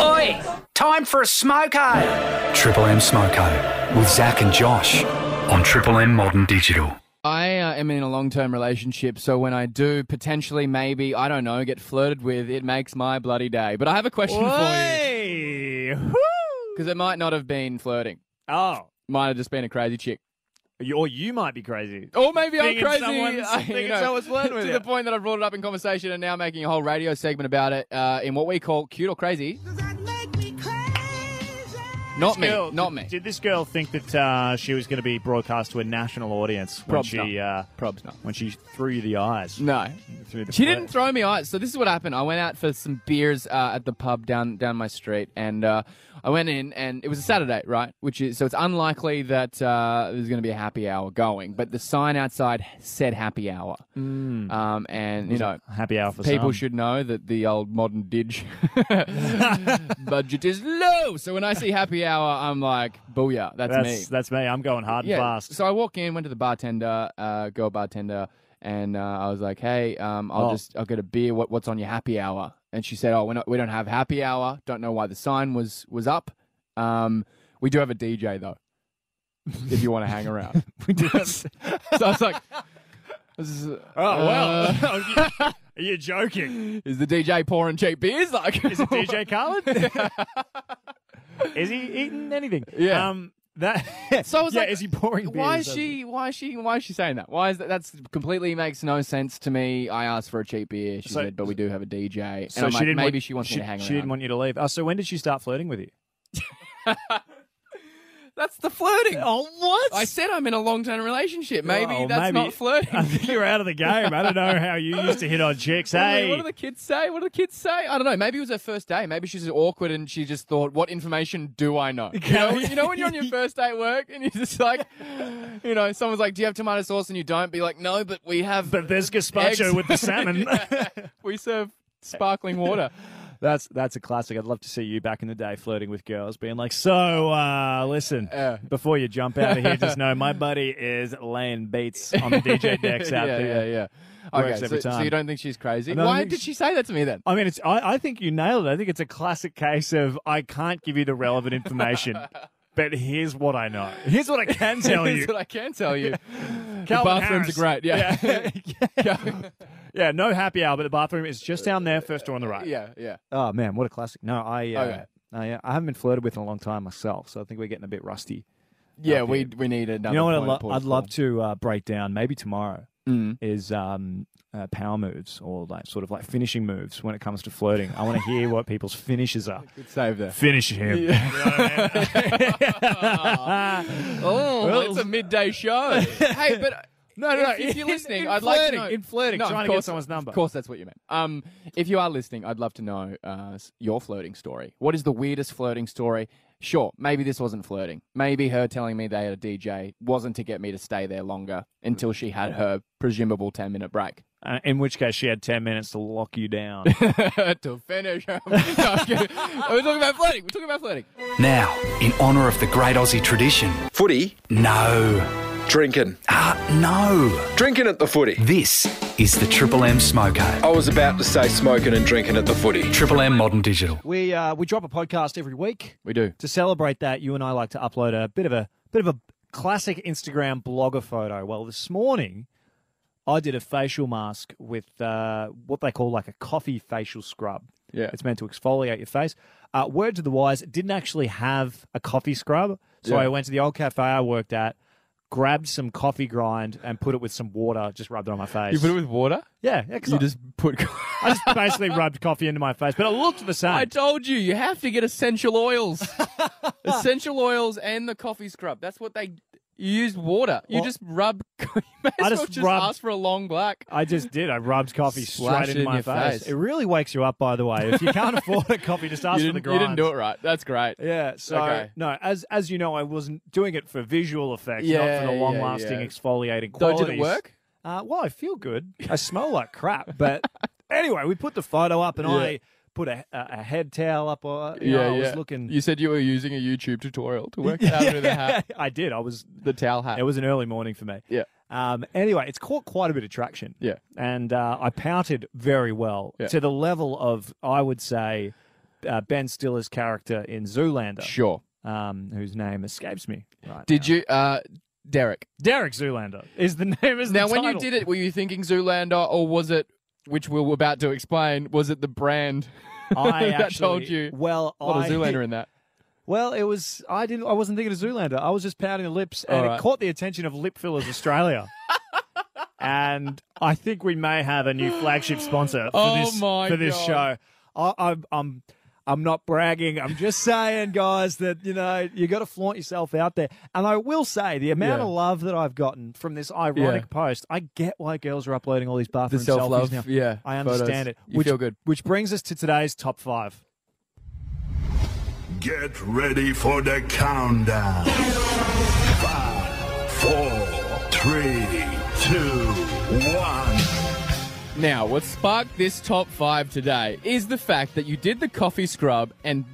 Speaker 1: Oi, time for a smoko! Triple M Smoko with Zach and Josh on Triple M Modern Digital.
Speaker 2: I uh, am in a long term relationship, so when I do potentially, maybe, I don't know, get flirted with, it makes my bloody day. But I have a question for you.
Speaker 3: Oi! Woo!
Speaker 2: Because it might not have been flirting,
Speaker 3: Oh,
Speaker 2: might have just been a crazy chick.
Speaker 3: you, or you might be crazy. Oh,
Speaker 2: Or maybe
Speaker 3: Thinking
Speaker 2: I'm crazy.
Speaker 3: someone's-
Speaker 2: I-
Speaker 3: thinking someone's flirting with
Speaker 2: To
Speaker 3: you.
Speaker 2: the point that I've brought it up in conversation and now making a whole radio segment about it uh, in what we call cute or crazy. Not me.
Speaker 3: Girl,
Speaker 2: Not
Speaker 3: did-
Speaker 2: me.
Speaker 3: Did this girl think that uh, she was going to be broadcast to a national audience when
Speaker 2: Probs
Speaker 3: she
Speaker 2: not.
Speaker 3: uh,
Speaker 2: Probs not.
Speaker 3: when she threw you the eyes?
Speaker 2: No.
Speaker 3: Through the
Speaker 2: She
Speaker 3: flirt.
Speaker 2: didn't throw me ice. So this is what happened. I went out for some beers uh, at the pub down down my street, and uh, I went in, and it was a Saturday, right? Which is so it's unlikely that uh, there's going to be a happy hour going, but the sign outside said happy hour,
Speaker 3: Hmm.
Speaker 2: um, and you know.
Speaker 3: Happy hour for
Speaker 2: People
Speaker 3: some.
Speaker 2: should know that the old modern didge budget is low. So when I see happy hour, I'm like, booyah, that's,
Speaker 3: That's
Speaker 2: me.
Speaker 3: that's me. I'm going hard and fast.
Speaker 2: So I walk in, went to the bartender, uh, girl bartender, and uh, I was like, "Hey, um, I'll
Speaker 3: Oh.
Speaker 2: just I'll get a beer. What, what's on your happy hour?" And she said, "Oh, we're not, we don't have happy hour. Don't know why the sign was was up. Um, we do have a DJ though, if you want to hang around." so I was like, this is-
Speaker 3: oh
Speaker 2: uh,
Speaker 3: well. Are you joking?
Speaker 2: is the DJ pouring cheap beers? Like,
Speaker 3: Is it DJ Carlin? Is he eating anything?
Speaker 2: Yeah.
Speaker 3: Um, That
Speaker 2: So I was
Speaker 3: yeah,
Speaker 2: like,
Speaker 3: is he pouring beers?
Speaker 2: Why is
Speaker 3: over-
Speaker 2: she? Why is she? Why is she saying that? Why is that? That's completely makes no sense to me. I asked for a cheap beer. She
Speaker 3: So-
Speaker 2: said, but we do have a DJ.
Speaker 3: So
Speaker 2: and I'm
Speaker 3: she
Speaker 2: like,
Speaker 3: didn't
Speaker 2: maybe
Speaker 3: want,
Speaker 2: she wants
Speaker 3: she,
Speaker 2: me to hang
Speaker 3: She
Speaker 2: around.
Speaker 3: didn't want you to leave. Uh, so when did she start flirting with you?
Speaker 2: that's the flirting.
Speaker 3: what?
Speaker 2: I said I'm in a long-term relationship. Maybe
Speaker 3: Oh,
Speaker 2: that's
Speaker 3: maybe-
Speaker 2: not flirting.
Speaker 3: I think you're out of the game. I don't know how you used to hit on chicks.
Speaker 2: What do they-
Speaker 3: hey,
Speaker 2: What do the kids say? What do the kids say? I don't know. Maybe it was her first day. Maybe she's just awkward and she just thought, what information do I know? You know, you know when you're on your first day at work and you're just like, you know, someone's like, do you have tomato sauce? And you don't. Be like, no, but we have,
Speaker 3: but there's gazpacho
Speaker 2: Eggs.
Speaker 3: with the salmon.
Speaker 2: we serve sparkling water.
Speaker 3: That's that's a classic. I'd love to see you back in the day flirting with girls, being like, "So, uh, listen,
Speaker 2: Yeah.
Speaker 3: before you jump out of here, just know my buddy is laying beats on the DJ decks out
Speaker 2: yeah,
Speaker 3: there."
Speaker 2: Yeah, yeah.
Speaker 3: Works
Speaker 2: Okay,
Speaker 3: every
Speaker 2: so, so
Speaker 3: time.
Speaker 2: you don't think she's crazy?
Speaker 3: No, I
Speaker 2: Why
Speaker 3: think
Speaker 2: did
Speaker 3: she-
Speaker 2: she say that to me then?
Speaker 3: I mean, it's. I, I think you nailed it. I think it's a classic case of I can't give you the relevant information, but here's what I know. Here's what I can tell
Speaker 2: Here's
Speaker 3: you.
Speaker 2: what I can tell you. the
Speaker 3: Calvin
Speaker 2: bathrooms
Speaker 3: Harris.
Speaker 2: are great. Yeah.
Speaker 3: Yeah.
Speaker 2: yeah.
Speaker 3: Yeah, no happy hour, but the bathroom is just down there, first door on the right.
Speaker 2: yeah, yeah.
Speaker 3: Oh man, what a classic. No, I. Uh,
Speaker 2: Okay.
Speaker 3: I, uh, I haven't been flirted with in a long time myself, so I think we're getting a bit rusty.
Speaker 2: Yeah, we we need another.
Speaker 3: you know what I'd,
Speaker 2: point
Speaker 3: lo-
Speaker 2: of
Speaker 3: I'd love
Speaker 2: push
Speaker 3: to uh, break down maybe tomorrow
Speaker 2: for. Mm.
Speaker 3: is um, uh, power moves or like sort of like finishing moves when it comes to flirting. I want to hear what people's finishes are.
Speaker 2: Good save there.
Speaker 3: Finish him.
Speaker 2: Oh,
Speaker 3: Well-
Speaker 2: it's a midday show. hey, but no,
Speaker 3: no, no,
Speaker 2: If, if you're
Speaker 3: in-
Speaker 2: listening,
Speaker 3: in
Speaker 2: I'd like to
Speaker 3: flirting,
Speaker 2: know
Speaker 3: in flirting,
Speaker 2: No, of
Speaker 3: trying to get
Speaker 2: course-
Speaker 3: someone's number.
Speaker 2: Of course, that's what you meant. Um, if you are listening, I'd love to know uh, s- your flirting story. What is the weirdest flirting story? Sure, maybe this wasn't flirting. Maybe her telling me they had a DJ wasn't to get me to stay there longer until she had her presumable ten minute break
Speaker 3: Uh, in which case, she had 10 minutes to lock you down.
Speaker 2: to finish. her. No, I'm kidding. We're talking about flirting. We're talking about flirting.
Speaker 1: Now, in honour of the great Aussie tradition,
Speaker 4: Footy,
Speaker 1: no,
Speaker 4: drinking.
Speaker 1: ah, no.
Speaker 4: Drinking at the footy.
Speaker 1: This is the Triple M Smoker.
Speaker 4: I was about to say smoking and drinking at the footy.
Speaker 1: Triple M Modern Digital.
Speaker 3: we, uh, we drop a podcast every week.
Speaker 2: We do.
Speaker 3: to celebrate that, you and I like to upload a bit of a bit of a classic Instagram blogger photo. Well, this morning I did a facial mask with uh, what they call like a coffee facial scrub.
Speaker 2: Yeah.
Speaker 3: it's meant to exfoliate your face. Uh, word to the wise, it didn't actually have a coffee scrub, so
Speaker 2: Yeah.
Speaker 3: I went to the old cafe I worked at. Grabbed some coffee grind and put it with some water, just rubbed it on my face.
Speaker 2: You put it with water.
Speaker 3: yeah, yeah 'cause
Speaker 2: You
Speaker 3: I,
Speaker 2: just put.
Speaker 3: I just basically rubbed coffee into my face, but it looked the same.
Speaker 2: I told you, you have to get essential oils. essential oils and the coffee scrub. That's what they. You use water. You
Speaker 3: Well,
Speaker 2: just rub. You may as
Speaker 3: I
Speaker 2: well
Speaker 3: just
Speaker 2: just
Speaker 3: rubbed-
Speaker 2: ask for a long black.
Speaker 3: I just did. I rubbed coffee
Speaker 2: Splash
Speaker 3: straight
Speaker 2: it
Speaker 3: into
Speaker 2: in
Speaker 3: my
Speaker 2: your
Speaker 3: face.
Speaker 2: face.
Speaker 3: It really wakes you up, by the way. If you can't afford a coffee, just ask
Speaker 2: You
Speaker 3: for the
Speaker 2: didn't,
Speaker 3: grind.
Speaker 2: you didn't do it right. That's great.
Speaker 3: Yeah. So
Speaker 2: Okay.
Speaker 3: no, as as you know, I wasn't doing it for visual effects, not
Speaker 2: Yeah,
Speaker 3: for the
Speaker 2: yeah,
Speaker 3: long lasting
Speaker 2: yeah.
Speaker 3: exfoliating
Speaker 2: So
Speaker 3: qualities.
Speaker 2: did it work?
Speaker 3: Uh, well, I feel good. I smell like crap, but anyway, we put the photo up, and
Speaker 2: Yeah.
Speaker 3: I put a, a, a head towel up. Uh, you know, I was looking.
Speaker 2: You said you were using a YouTube tutorial to work it out under the hat,
Speaker 3: I did. I was.
Speaker 2: the towel hat.
Speaker 3: It was an early morning for me.
Speaker 2: yeah,
Speaker 3: Um, anyway, it's caught quite a bit of traction.
Speaker 2: yeah.
Speaker 3: and uh, I pouted very well
Speaker 2: Yeah.
Speaker 3: to the level of I would say uh, Ben Stiller's character in Zoolander,
Speaker 2: Sure.
Speaker 3: um, whose name escapes me. Right
Speaker 2: Did you, uh, Derek?
Speaker 3: Derek Zoolander is the name. Is
Speaker 2: Now, when you did it, were you thinking Zoolander, or was it, which we're about to explain, was it the brand
Speaker 3: I
Speaker 2: that
Speaker 3: actually,
Speaker 2: told you?
Speaker 3: Well,
Speaker 2: A lot
Speaker 3: I
Speaker 2: of Zoolander in that.
Speaker 3: Well, it was. I didn't. I wasn't thinking of Zoolander. I was just pouting the lips,
Speaker 2: All
Speaker 3: and
Speaker 2: right.
Speaker 3: it caught the attention of Lip Fillers Australia. and I think we may have a new flagship sponsor for
Speaker 2: Oh
Speaker 3: this
Speaker 2: my
Speaker 3: for this
Speaker 2: God.
Speaker 3: show. I, I'm. I'm I'm not bragging. I'm just saying, guys, that you know you got to flaunt yourself out there. And I will say, the amount
Speaker 2: Yeah.
Speaker 3: of love that I've gotten from this ironic post, I get why girls are uploading all these bathroom
Speaker 2: self-love,
Speaker 3: selfies now.
Speaker 2: yeah,
Speaker 3: I
Speaker 2: photos.
Speaker 3: understand it.
Speaker 2: You
Speaker 3: which,
Speaker 2: feel good.
Speaker 3: Which brings us to today's top five.
Speaker 8: Get ready for the countdown. Five, four, three, two, one.
Speaker 2: Now, what sparked this top five today is the fact that you did the coffee scrub and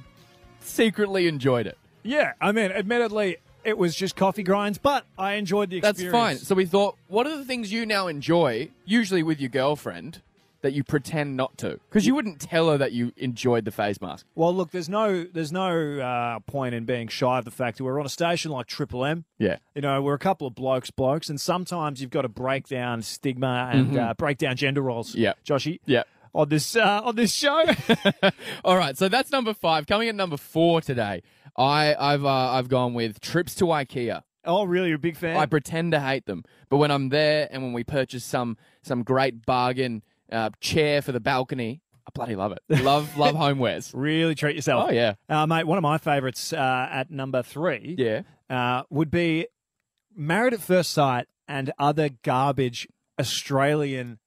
Speaker 2: secretly enjoyed it.
Speaker 3: Yeah, I mean, admittedly, it was just coffee grinds, but I enjoyed the
Speaker 2: That's
Speaker 3: experience.
Speaker 2: fine. So we thought, what are the things you now enjoy, usually with your girlfriend, that you pretend not to? Because you wouldn't tell her that you enjoyed the face mask.
Speaker 3: well, look, there's no there's no uh, point in being shy of the fact that we're on a station like Triple M.
Speaker 2: Yeah.
Speaker 3: You know, we're a couple of blokes, blokes, and sometimes you've got to break down stigma and uh, break down gender roles.
Speaker 2: Mm-hmm. Yeah.
Speaker 3: Joshy.
Speaker 2: Yeah.
Speaker 3: On this uh, on this show.
Speaker 2: All right, so that's number five. Coming at number four today, I, I've uh, I've gone with trips to IKEA.
Speaker 3: Oh, really? You're a big fan?
Speaker 2: I pretend to hate them, but when I'm there and when we purchase some some great bargain uh, chair for the balcony, I bloody love it. Love love homewares.
Speaker 3: really treat yourself.
Speaker 2: Oh yeah,
Speaker 3: Uh, mate, one of my favourites uh, at number three
Speaker 2: yeah.
Speaker 3: uh, would be Married at First Sight and other garbage Australian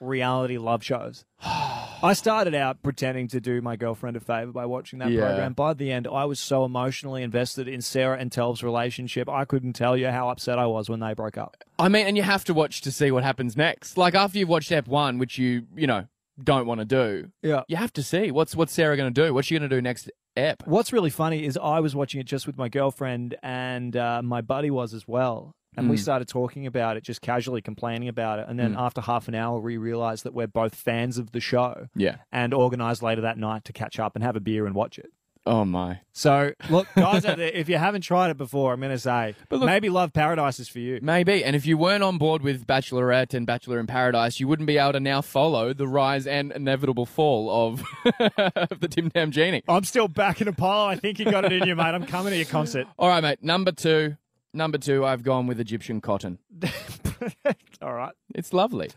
Speaker 3: reality love shows. I started out pretending to do my girlfriend a favour by watching that
Speaker 2: Yeah.
Speaker 3: program. By the end, I was so emotionally invested in Sarah and Telv's relationship, I couldn't tell you how upset I was when they broke up.
Speaker 2: I mean, and you have to watch to see what happens next. Like after you've watched Ep One, which you you know don't want to do,
Speaker 3: Yeah.
Speaker 2: you have to see what's what's Sarah going to do. What's she going to do next Ep?
Speaker 3: What's really funny is I was watching it just with my girlfriend, and uh, my buddy was as well. And we started talking about it, just casually complaining about it. And then after half an hour, we realized that we're both fans of the show
Speaker 2: Yeah.
Speaker 3: and organized later that night to catch up and have a beer and watch it.
Speaker 2: Oh my.
Speaker 3: So, look, guys, out there, if you haven't tried it before, I'm going to say
Speaker 2: look-
Speaker 3: maybe Love Paradise is for you.
Speaker 2: Maybe. And if you weren't on board with Bachelorette and Bachelor in Paradise, you wouldn't be able to now follow the rise and inevitable fall of, of the Tim Tam Genie.
Speaker 3: I'm still back in a pile. I think you got it in you, mate. I'm coming to your concert.
Speaker 2: All right, mate. Number two. Number two, I've gone with Egyptian cotton.
Speaker 3: All right.
Speaker 2: It's lovely.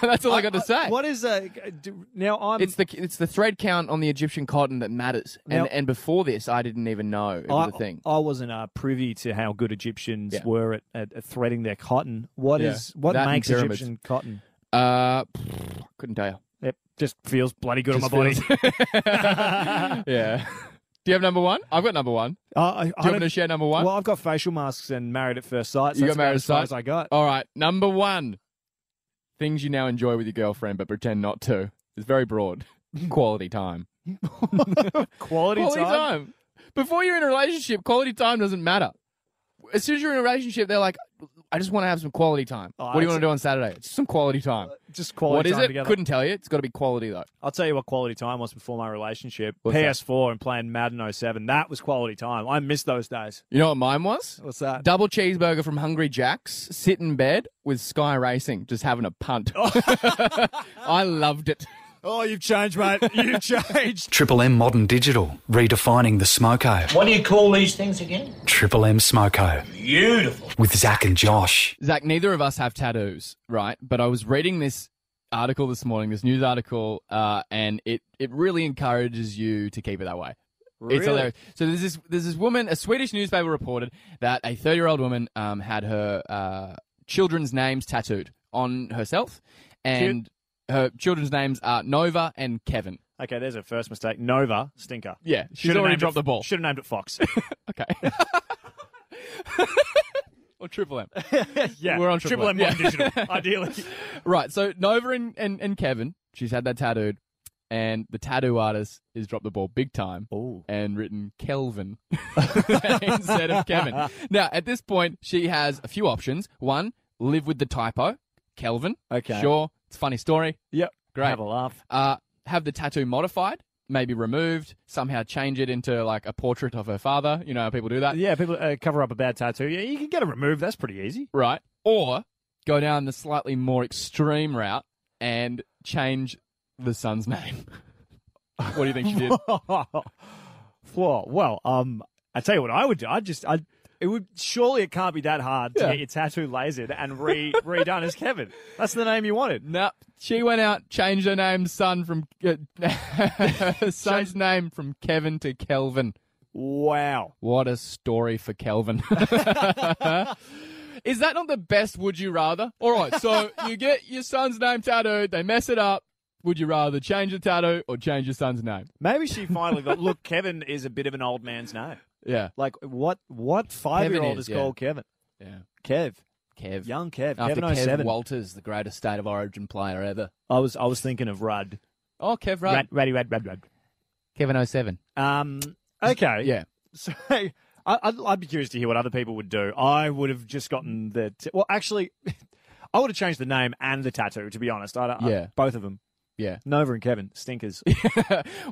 Speaker 2: That's all I, got to say.
Speaker 3: What is uh, do- now? I'm
Speaker 2: It's the it's the thread count on the Egyptian cotton that matters. And
Speaker 3: Now-
Speaker 2: and before this, I didn't even know it was a thing.
Speaker 3: I wasn't uh, privy to how good Egyptians
Speaker 2: Yeah.
Speaker 3: were at, at, at threading their cotton. What is
Speaker 2: Yeah.
Speaker 3: what
Speaker 2: That and
Speaker 3: makes
Speaker 2: pyramids.
Speaker 3: Egyptian cotton?
Speaker 2: Uh, pfft, couldn't tell you.
Speaker 3: It just feels bloody good
Speaker 2: Just
Speaker 3: on my body.
Speaker 2: feels- yeah. Do you have number one? I've got number one. Do
Speaker 3: Uh, I, I
Speaker 2: you want
Speaker 3: don't-
Speaker 2: me to share number one?
Speaker 3: well, I've got facial masks and married at first sight. So
Speaker 2: You
Speaker 3: that's
Speaker 2: got married
Speaker 3: about
Speaker 2: at
Speaker 3: as far
Speaker 2: sight?
Speaker 3: as I got.
Speaker 2: All right, number one. Things you now enjoy with your girlfriend but pretend not to. It's very broad. Quality time.
Speaker 3: Quality,
Speaker 2: Quality
Speaker 3: time.
Speaker 2: time. Before you're in a relationship, quality time doesn't matter. As soon as you're in a relationship, they're like, I just want to have some quality time.
Speaker 3: Oh,
Speaker 2: what do you
Speaker 3: that's-
Speaker 2: want to do on Saturday? It's some quality time.
Speaker 3: Just quality
Speaker 2: What is
Speaker 3: time
Speaker 2: it?
Speaker 3: together.
Speaker 2: Couldn't tell you. It's got to be quality, though.
Speaker 3: I'll tell you what quality time was before my relationship.
Speaker 2: What's that?
Speaker 3: PS4 and playing Madden 07. That was quality time. I miss those days.
Speaker 2: You know what mine was?
Speaker 3: What's that?
Speaker 2: Double cheeseburger from Hungry Jack's, sit in bed with Sky Racing, just having a punt. I loved it.
Speaker 3: Oh, you've changed, mate. You've changed.
Speaker 1: Triple M Modern Digital, redefining the smoko.
Speaker 9: What do you call these things again?
Speaker 1: Triple M Smoko
Speaker 9: Beautiful.
Speaker 1: with Zach and Josh.
Speaker 2: Zach, neither of us have tattoos, right? But I was reading this article this morning, this news article, uh, and it, it really encourages you to keep it that way. It's hilarious. So there's this there's this woman, a Swedish newspaper reported that a 30 year old woman um, had her uh, children's names tattooed on herself, and her children's names are Nova and Kevin.
Speaker 3: Okay, there's a first mistake. Nova, stinker.
Speaker 2: Yeah, she's already dropped the ball.
Speaker 3: Should have named it Fox.
Speaker 2: Okay. or Triple M.
Speaker 3: yeah,
Speaker 2: We're on Triple
Speaker 3: Triple M
Speaker 2: M,
Speaker 3: Modern
Speaker 2: yeah.
Speaker 3: Digital, ideally.
Speaker 2: Right, so Nova and, and, and Kevin, she's had that tattooed, and the tattoo artist has dropped the ball big time
Speaker 3: Oh,
Speaker 2: and written Kelvin instead of Kevin. Now, at this point, she has a few options. One, live with the typo, Kelvin.
Speaker 3: Okay.
Speaker 2: Sure, it's a funny story.
Speaker 3: yep.
Speaker 2: Great.
Speaker 3: Have a laugh.
Speaker 2: Uh, have the tattoo modified, maybe removed, somehow change it into like a portrait of her father. You know how people do that?
Speaker 3: Yeah, people uh, cover up a bad tattoo. Yeah, you can get it removed. That's pretty easy.
Speaker 2: right? Or go down the slightly more extreme route and change the son's name. what do you think she did?
Speaker 3: Well, well, um, I tell you what I would do. I just, I, it would surely it can't be that hard to
Speaker 2: Yeah.
Speaker 3: get your tattoo lasered and re redone as Kevin. That's the name you wanted.
Speaker 2: No, she went out, changed her name, son from uh, son's name from Kevin to Kelvin.
Speaker 3: Wow.
Speaker 2: What a story for Kelvin. Is that not the best would you rather? All right, so you get your son's name tattooed, they mess it up. Would you rather change the tattoo or change your son's name?
Speaker 3: Maybe she finally got. Look, Kevin is a bit of an old man's name.
Speaker 2: Yeah.
Speaker 3: Like what? What five year old
Speaker 2: is,
Speaker 3: is
Speaker 2: yeah.
Speaker 3: called Kevin?
Speaker 2: Yeah.
Speaker 3: Kev.
Speaker 2: Kev.
Speaker 3: Young Kev,
Speaker 2: After
Speaker 3: Kevin
Speaker 2: Kev
Speaker 3: 07.
Speaker 2: Walters, the greatest state of origin player ever.
Speaker 3: I was I was thinking of Rudd.
Speaker 2: Oh, Kev
Speaker 3: Rad, Raddy Rad Rad Rad.
Speaker 2: Kevin 07.
Speaker 3: Um, okay.
Speaker 2: Yeah.
Speaker 3: So I, I'd, I'd be curious to hear what other people would do. I would have just gotten the. T- well, actually, I would have changed the name and the tattoo. To be honest, I don't. I-
Speaker 2: Yeah.
Speaker 3: both of them.
Speaker 2: Yeah.
Speaker 3: Nova and Kevin stinkers.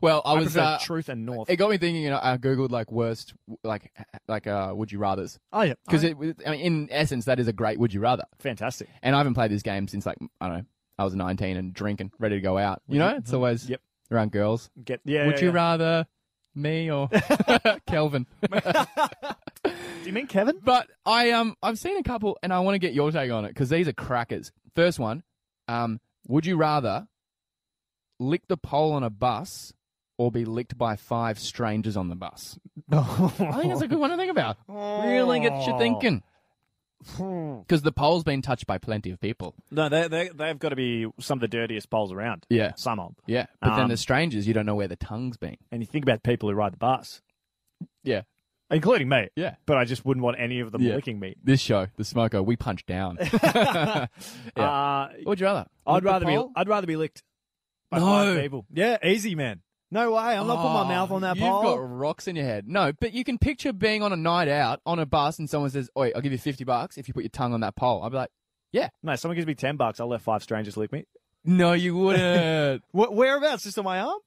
Speaker 2: well, I
Speaker 3: I
Speaker 2: was.
Speaker 3: prefer
Speaker 2: Uh,
Speaker 3: Truth and North.
Speaker 2: it got me thinking. You know, I googled like worst, like like uh, would you rather's
Speaker 3: oh yeah,
Speaker 2: because
Speaker 3: Oh,
Speaker 2: it, was- I mean, in essence, that is a great would you rather.
Speaker 3: fantastic.
Speaker 2: And I haven't played this game since like I don't know, I was nineteen and drinking, ready to go out. You know, it's always
Speaker 3: Yep.
Speaker 2: around girls.
Speaker 3: Get yeah.
Speaker 2: would
Speaker 3: yeah,
Speaker 2: you
Speaker 3: yeah.
Speaker 2: rather me or Kelvin.
Speaker 3: Do you mean Kevin?
Speaker 2: But I um I've seen a couple, and I want to get your take on it because these are crackers. First one, um, would you rather lick the pole on a bus or be licked by five strangers on the bus? I think that's a good one to think about. Really gets you thinking.
Speaker 3: Oh.
Speaker 2: Because the pole's been touched by plenty of people.
Speaker 3: No, they, they, they've got to be some of the dirtiest poles around.
Speaker 2: Yeah.
Speaker 3: Some of 'em.
Speaker 2: Yeah, but then
Speaker 3: Um,
Speaker 2: there's strangers. You don't know where the tongue's been.
Speaker 3: And you think about people who ride the bus,
Speaker 2: Yeah,
Speaker 3: including me.
Speaker 2: yeah.
Speaker 3: But I just wouldn't want any of them
Speaker 2: Yeah.
Speaker 3: licking me.
Speaker 2: This show, the smoker, we punch down. yeah.
Speaker 3: Uh,
Speaker 2: What would you rather? Lick
Speaker 3: I'd
Speaker 2: the
Speaker 3: rather be
Speaker 2: pole?
Speaker 3: I'd rather be licked by
Speaker 2: No.
Speaker 3: five people. Yeah, easy, man. No way. I'm not putting
Speaker 2: Oh,
Speaker 3: my mouth on that
Speaker 2: you've
Speaker 3: pole.
Speaker 2: got rocks in your head. No, but you can picture being on a night out on a bus and someone says, "Oi, I'll give you fifty bucks if you put your tongue on that pole." I'd be like,
Speaker 3: Mate, someone gives me ten bucks, I'll let five strangers lick me.
Speaker 2: "No, you wouldn't."
Speaker 3: Wh- whereabouts? Just on my arm?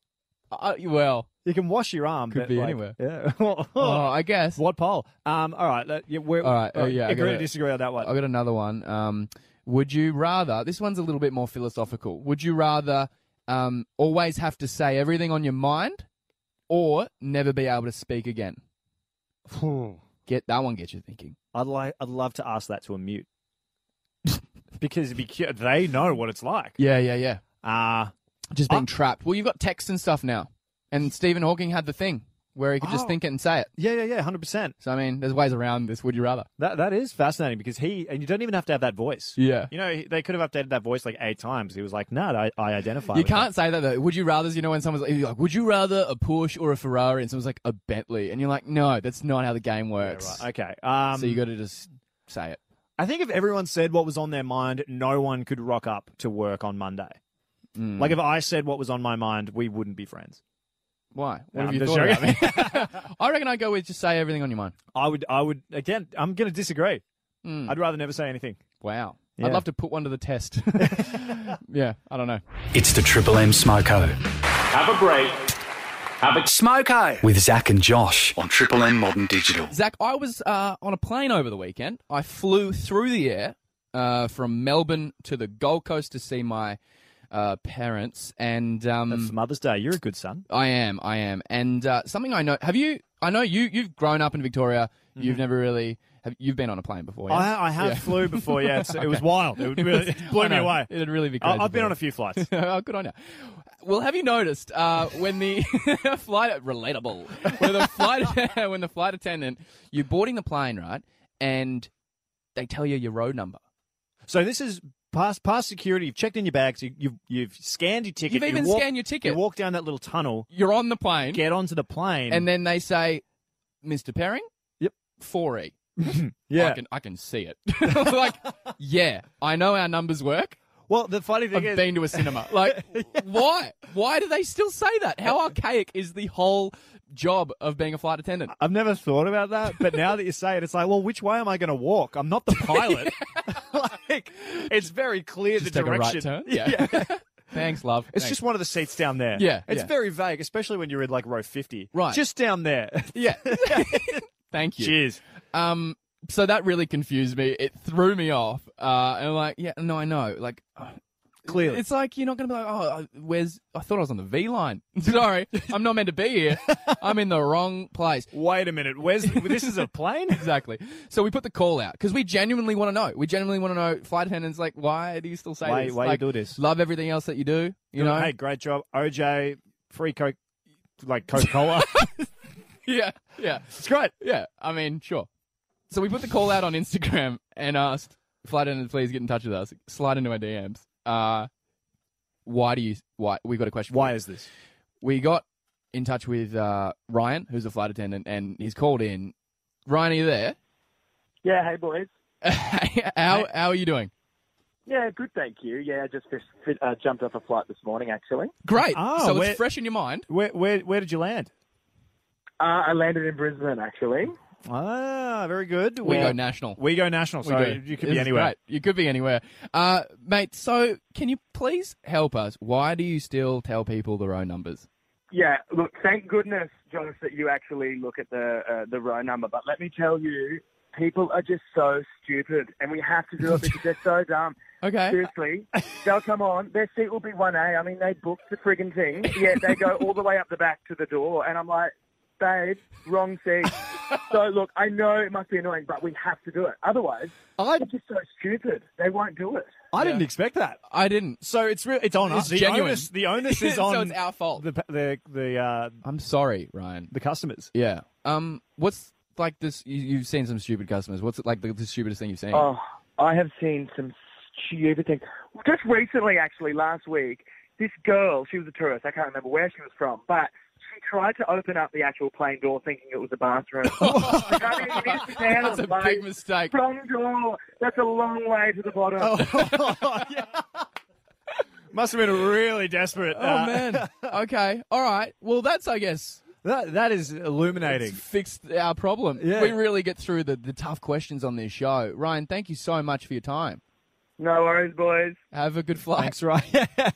Speaker 2: uh, well,
Speaker 3: You can wash your arm.
Speaker 2: Could
Speaker 3: but,
Speaker 2: be
Speaker 3: like,
Speaker 2: anywhere.
Speaker 3: Yeah.
Speaker 2: oh, I guess.
Speaker 3: What pole? Um. All right. let- yeah, we're,
Speaker 2: All right, uh, yeah, I
Speaker 3: Agree
Speaker 2: gotta-
Speaker 3: to disagree on that one.
Speaker 2: I got another one. Um, would you rather? This one's a little bit more philosophical. Would you rather um, always have to say everything on your mind, or never be able to speak again? Get that one. Get you thinking.
Speaker 3: I'd like. I'd love to ask that to a mute. because it'd be cute. They know what it's like.
Speaker 2: Yeah, yeah, yeah.
Speaker 3: Uh
Speaker 2: Just being
Speaker 3: I-
Speaker 2: trapped. Well, you've got text and stuff now, and Stephen Hawking had the thing where he could just
Speaker 3: Oh.
Speaker 2: think it and say it.
Speaker 3: yeah, yeah, yeah. Hundred percent.
Speaker 2: So I mean, there's ways around this. Would you rather?
Speaker 3: That that is fascinating because he and you don't even have to have that voice.
Speaker 2: Yeah.
Speaker 3: You know, he- they could have updated that voice like eight times. He was like, "No, I, I identify."
Speaker 2: You
Speaker 3: with that."
Speaker 2: can't say that though. Would you rather? You know, when someone's like, you're like, "Would you rather a Porsche or a Ferrari?" and someone's like, "A Bentley," and you're like, "No, that's not how the game works."
Speaker 3: Right, Okay. Um,
Speaker 2: so you got to just say it.
Speaker 3: I think if everyone said what was on their mind, no one could rock up to work on Monday.
Speaker 2: Mm.
Speaker 3: Like if I said what was on my mind, we wouldn't be friends.
Speaker 2: Why? What
Speaker 3: No,
Speaker 2: have
Speaker 3: I'm
Speaker 2: you
Speaker 3: just
Speaker 2: thought about me? I reckon I go with just say everything on your mind.
Speaker 3: I would. I would. Again, I'm going to disagree.
Speaker 2: Mm.
Speaker 3: I'd rather never say anything.
Speaker 2: Wow.
Speaker 3: Yeah.
Speaker 2: I'd love to put one to the test. yeah, I don't know.
Speaker 1: It's the Triple M Smoko
Speaker 9: Have a break.
Speaker 1: Smoko with Zach and Josh on Triple M Modern Digital.
Speaker 2: Zach, I was uh, on a plane over the weekend. I flew through the air uh, from Melbourne to the Gold Coast to see my uh, parents, and
Speaker 3: That's
Speaker 2: um,
Speaker 3: Mother's Day. You're a good son.
Speaker 2: I am, I am, and uh, something I know. Have you? I know you. You've grown up in Victoria. You've never really. Have, you've been on a plane before. Oh, Yeah?
Speaker 3: Mm-hmm. I, I have
Speaker 2: Yeah.
Speaker 3: flew before. Yeah, it's, it was wild. It, really, it blew
Speaker 2: I
Speaker 3: me
Speaker 2: know.
Speaker 3: away.
Speaker 2: It'd really be crazy.
Speaker 3: I, I've been
Speaker 2: for
Speaker 3: on
Speaker 2: you.
Speaker 3: a few flights.
Speaker 2: oh, good on you. Well, have you noticed uh, when the flight relatable when the flight when the flight attendant you're boarding the plane right and they tell you your row number.
Speaker 3: So this is past past security. You've checked in your bags. You, you've you've scanned your ticket.
Speaker 2: You've
Speaker 3: you
Speaker 2: even
Speaker 3: walk-
Speaker 2: scanned your ticket.
Speaker 3: You walk down that little tunnel.
Speaker 2: You're on the plane
Speaker 3: Get onto the plane.
Speaker 2: and then they say, "Mr. Perring,
Speaker 3: Yep.
Speaker 2: four E. I
Speaker 3: yeah.
Speaker 2: can I can see it. like, yeah, I know our numbers work.
Speaker 3: Well, the funny thing
Speaker 2: I've
Speaker 3: is,
Speaker 2: been to a cinema. Like, why? Why do they still say that? How archaic is the whole job of being a flight attendant?
Speaker 3: I've never thought about that, but now that you say it, it's like, well, which way am I going to walk? I'm not the pilot. like, it's very clear
Speaker 2: Just
Speaker 3: the
Speaker 2: take a right
Speaker 3: direction.
Speaker 2: turn? Yeah. Thanks, love.
Speaker 3: It's just one of the seats down there.
Speaker 2: Yeah,
Speaker 3: It's
Speaker 2: yeah.
Speaker 3: very vague, especially when you're in like row 50.
Speaker 2: Right.
Speaker 3: Just down there.
Speaker 2: yeah. Thank you.
Speaker 3: Cheers.
Speaker 2: Um, so that really confused me. It threw me off. Uh, and I'm like, yeah, no, I know. Like,
Speaker 3: Clearly.
Speaker 2: it's like you're not gonna be like, oh, I- where's? I thought I was on the V line. Sorry, I'm not meant to be here. I'm in the wrong place.
Speaker 3: Wait a minute. Where's this is a plane?
Speaker 2: Exactly. So we put the call out because we genuinely want to know. We genuinely want to know. Flight attendants, like, why do you still say
Speaker 3: Why-
Speaker 2: this?
Speaker 3: why you
Speaker 2: Like,
Speaker 3: do this?
Speaker 2: Love everything else that you do. You know.
Speaker 3: hey, great job. OJ, free Coke, like Coca Cola.
Speaker 2: Yeah. Yeah.
Speaker 3: it's great.
Speaker 2: Yeah, I mean, sure. So we put the call out on Instagram and asked flight attendants, please get in touch with us. Slide into our DMs. Uh, why do you? Why we got a question?
Speaker 3: Why is this?
Speaker 2: we got in touch with uh, Ryan, who's a flight attendant, and he's called in. Ryan, are you there?
Speaker 7: Yeah, hey boys.
Speaker 2: how how are you doing?
Speaker 7: Yeah, good, thank you. Yeah, I just fish, fit, uh, jumped off a flight this morning, actually.
Speaker 2: Great.
Speaker 3: Oh,
Speaker 2: so
Speaker 3: we're-
Speaker 2: it's fresh in your mind.
Speaker 3: Where, where, where did you land?
Speaker 7: Uh, I landed in Brisbane, actually.
Speaker 3: Ah, very good.
Speaker 2: We go national.
Speaker 3: We go national. So
Speaker 2: We do.
Speaker 3: you could
Speaker 2: This
Speaker 3: be
Speaker 2: is
Speaker 3: anywhere.
Speaker 2: great. You could be anywhere, uh, mate. So can you please help us? Why do you still tell people the row numbers?
Speaker 7: Yeah, look, thank goodness, Jonas, that you actually look at the uh, the row number. But let me tell you, people are just so stupid, and we have to do it because they're so dumb.
Speaker 2: Okay.
Speaker 7: Seriously, they'll come on. Their seat will be one A. I mean, they booked the friggin' thing. Yeah, they go all the way up the back to the door, and I'm like, babe, wrong seat. so look, I know it must be annoying, but we have to do it. Otherwise,
Speaker 3: I-
Speaker 7: it's just so stupid. They won't do it.
Speaker 3: I didn't expect that.
Speaker 2: I didn't.
Speaker 3: So it's real. It's on
Speaker 2: It's
Speaker 3: us. The
Speaker 2: genuine.
Speaker 3: onus. The onus is
Speaker 2: So
Speaker 3: on.
Speaker 2: it's our fault.
Speaker 3: The the the uh,
Speaker 2: I'm sorry, Ryan.
Speaker 3: the customers.
Speaker 2: Yeah. Um. What's like this? You, you've seen some stupid customers. What's like the, the stupidest thing you've seen?
Speaker 7: Oh, I have seen some stupid things. Just recently, actually, last week, this girl, she was a tourist. I can't remember where she was from, but she tried to open up the actual plane door thinking it was a bathroom. Like, I mean, it is down,
Speaker 2: That's a
Speaker 7: like,
Speaker 2: big mistake.
Speaker 7: Front door. That's a long way to the bottom.
Speaker 3: Must have been a really desperate. Uh,
Speaker 2: Oh man. okay. All right. Well, that's I guess
Speaker 3: that that is illuminating.
Speaker 2: fixed our problem.
Speaker 3: Yeah.
Speaker 2: We really get through the, the tough questions on this show. Ryan, thank you so much for your time.
Speaker 7: No worries, boys.
Speaker 2: Have a good flight.
Speaker 3: Thanks, right?
Speaker 2: I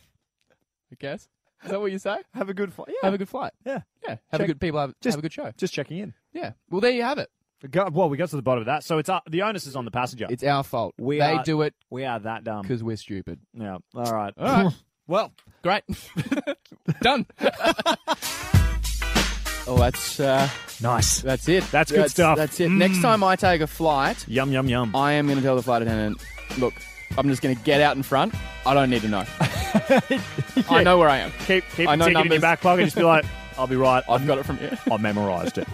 Speaker 2: guess. Is that what you say?
Speaker 3: Have a good flight. Yeah.
Speaker 2: Have a good flight.
Speaker 3: yeah.
Speaker 2: Yeah. Have a
Speaker 3: Check-
Speaker 2: good people. Have,
Speaker 3: just-
Speaker 2: have a good show.
Speaker 3: Just checking in.
Speaker 2: Yeah. Well, there you have it.
Speaker 3: We got- well, we got to the bottom of that. So it's uh, the onus is on the passenger.
Speaker 2: It's our fault.
Speaker 3: We
Speaker 2: they
Speaker 3: are-
Speaker 2: do it
Speaker 3: we are that dumb.
Speaker 2: because we're stupid.
Speaker 3: Yeah. All right.
Speaker 2: All right.
Speaker 3: well,
Speaker 2: Great. Done.
Speaker 10: Oh, that's uh,
Speaker 3: nice.
Speaker 10: that's it.
Speaker 3: That's good stuff. Mm.
Speaker 10: That's it. Next time I take a flight,
Speaker 3: Yum yum yum.
Speaker 10: I am going to tell the flight attendant, look, I'm just going to get out in front. I don't need to know. I know where I am.
Speaker 3: keep keep
Speaker 10: I
Speaker 3: I
Speaker 10: know
Speaker 3: in your
Speaker 10: numbers.
Speaker 3: back pocket. Just be like, I'll be right.
Speaker 10: I've got it from you.
Speaker 3: I memorized it.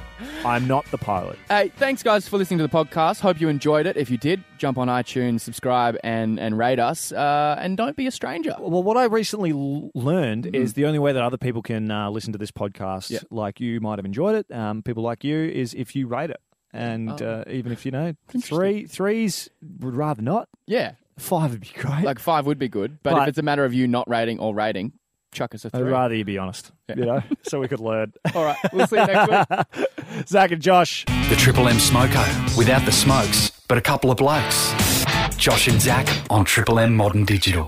Speaker 3: I'm not the pilot.
Speaker 10: Hey, thanks guys for listening to the podcast. Hope you enjoyed it. If you did, jump on iTunes, subscribe, and and rate us. Uh, and don't be a stranger.
Speaker 3: Well, what I recently l- learned is the only way that other people can uh, listen to this podcast, like you might have enjoyed it, um, people like you, is if you rate it. And uh, even if you know three threes, would rather not.
Speaker 10: Yeah,
Speaker 3: Five would be great.
Speaker 10: like five would be good, but,
Speaker 3: But-
Speaker 10: if it's a matter of you not rating or rating, chuck us a
Speaker 3: I'd
Speaker 10: three.
Speaker 3: rather you be honest, you know, so we could learn.
Speaker 10: All right, we'll see you next week.
Speaker 3: Zach and Josh.
Speaker 1: The Triple M Smoko, without the smokes, but a couple of blokes. Josh and Zach on Triple M Modern Digital.